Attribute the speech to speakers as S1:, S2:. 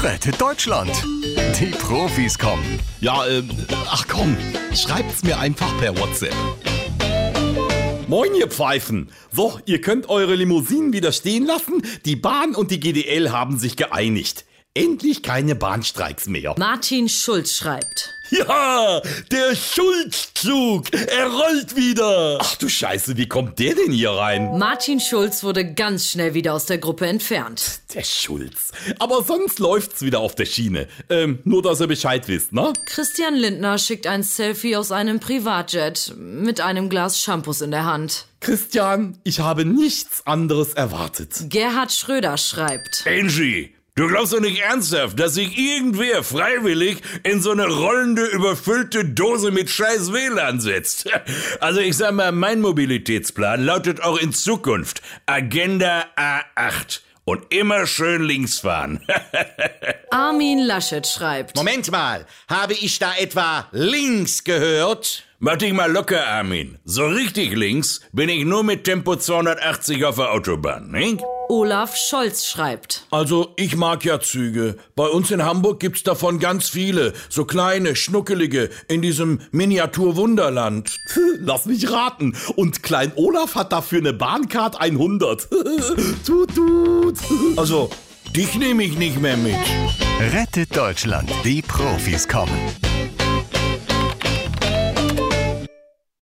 S1: rettet Deutschland. Die Profis kommen.
S2: Ja, ähm, ach komm, schreibt's mir einfach per WhatsApp. Moin, ihr Pfeifen. So, ihr könnt eure Limousinen wieder stehen lassen. Die Bahn und die GDL haben sich geeinigt. Endlich keine Bahnstreiks mehr.
S3: Martin Schulz schreibt.
S4: Ja, der Schulzzug, er rollt wieder.
S2: Ach du Scheiße, wie kommt der denn hier rein?
S3: Martin Schulz wurde ganz schnell wieder aus der Gruppe entfernt.
S2: Der Schulz. Aber sonst läuft's wieder auf der Schiene. Ähm, nur dass ihr Bescheid wisst, ne?
S3: Christian Lindner schickt ein Selfie aus einem Privatjet mit einem Glas Shampoos in der Hand.
S2: Christian, ich habe nichts anderes erwartet.
S3: Gerhard Schröder schreibt.
S5: Angie, du glaubst doch nicht ernsthaft, dass sich irgendwer freiwillig in so eine rollende, überfüllte Dose mit scheiß WLAN setzt. Also ich sag mal, mein Mobilitätsplan lautet auch in Zukunft Agenda A8. Und immer schön links fahren.
S3: Armin Laschet schreibt.
S6: Moment mal, habe ich da etwa links gehört?
S5: Mach dich mal locker, Armin. So richtig links bin ich nur mit Tempo 280 auf der Autobahn, ne?
S3: Olaf Scholz schreibt.
S7: Also, ich mag ja Züge. Bei uns in Hamburg gibt's davon ganz viele. So kleine, schnuckelige, in diesem Miniaturwunderland.
S2: Lass mich raten. Und Klein Olaf hat dafür eine Bahncard 100. tut, tut.
S7: Also, dich nehme ich nicht mehr mit.
S1: Rettet Deutschland. Die Profis kommen.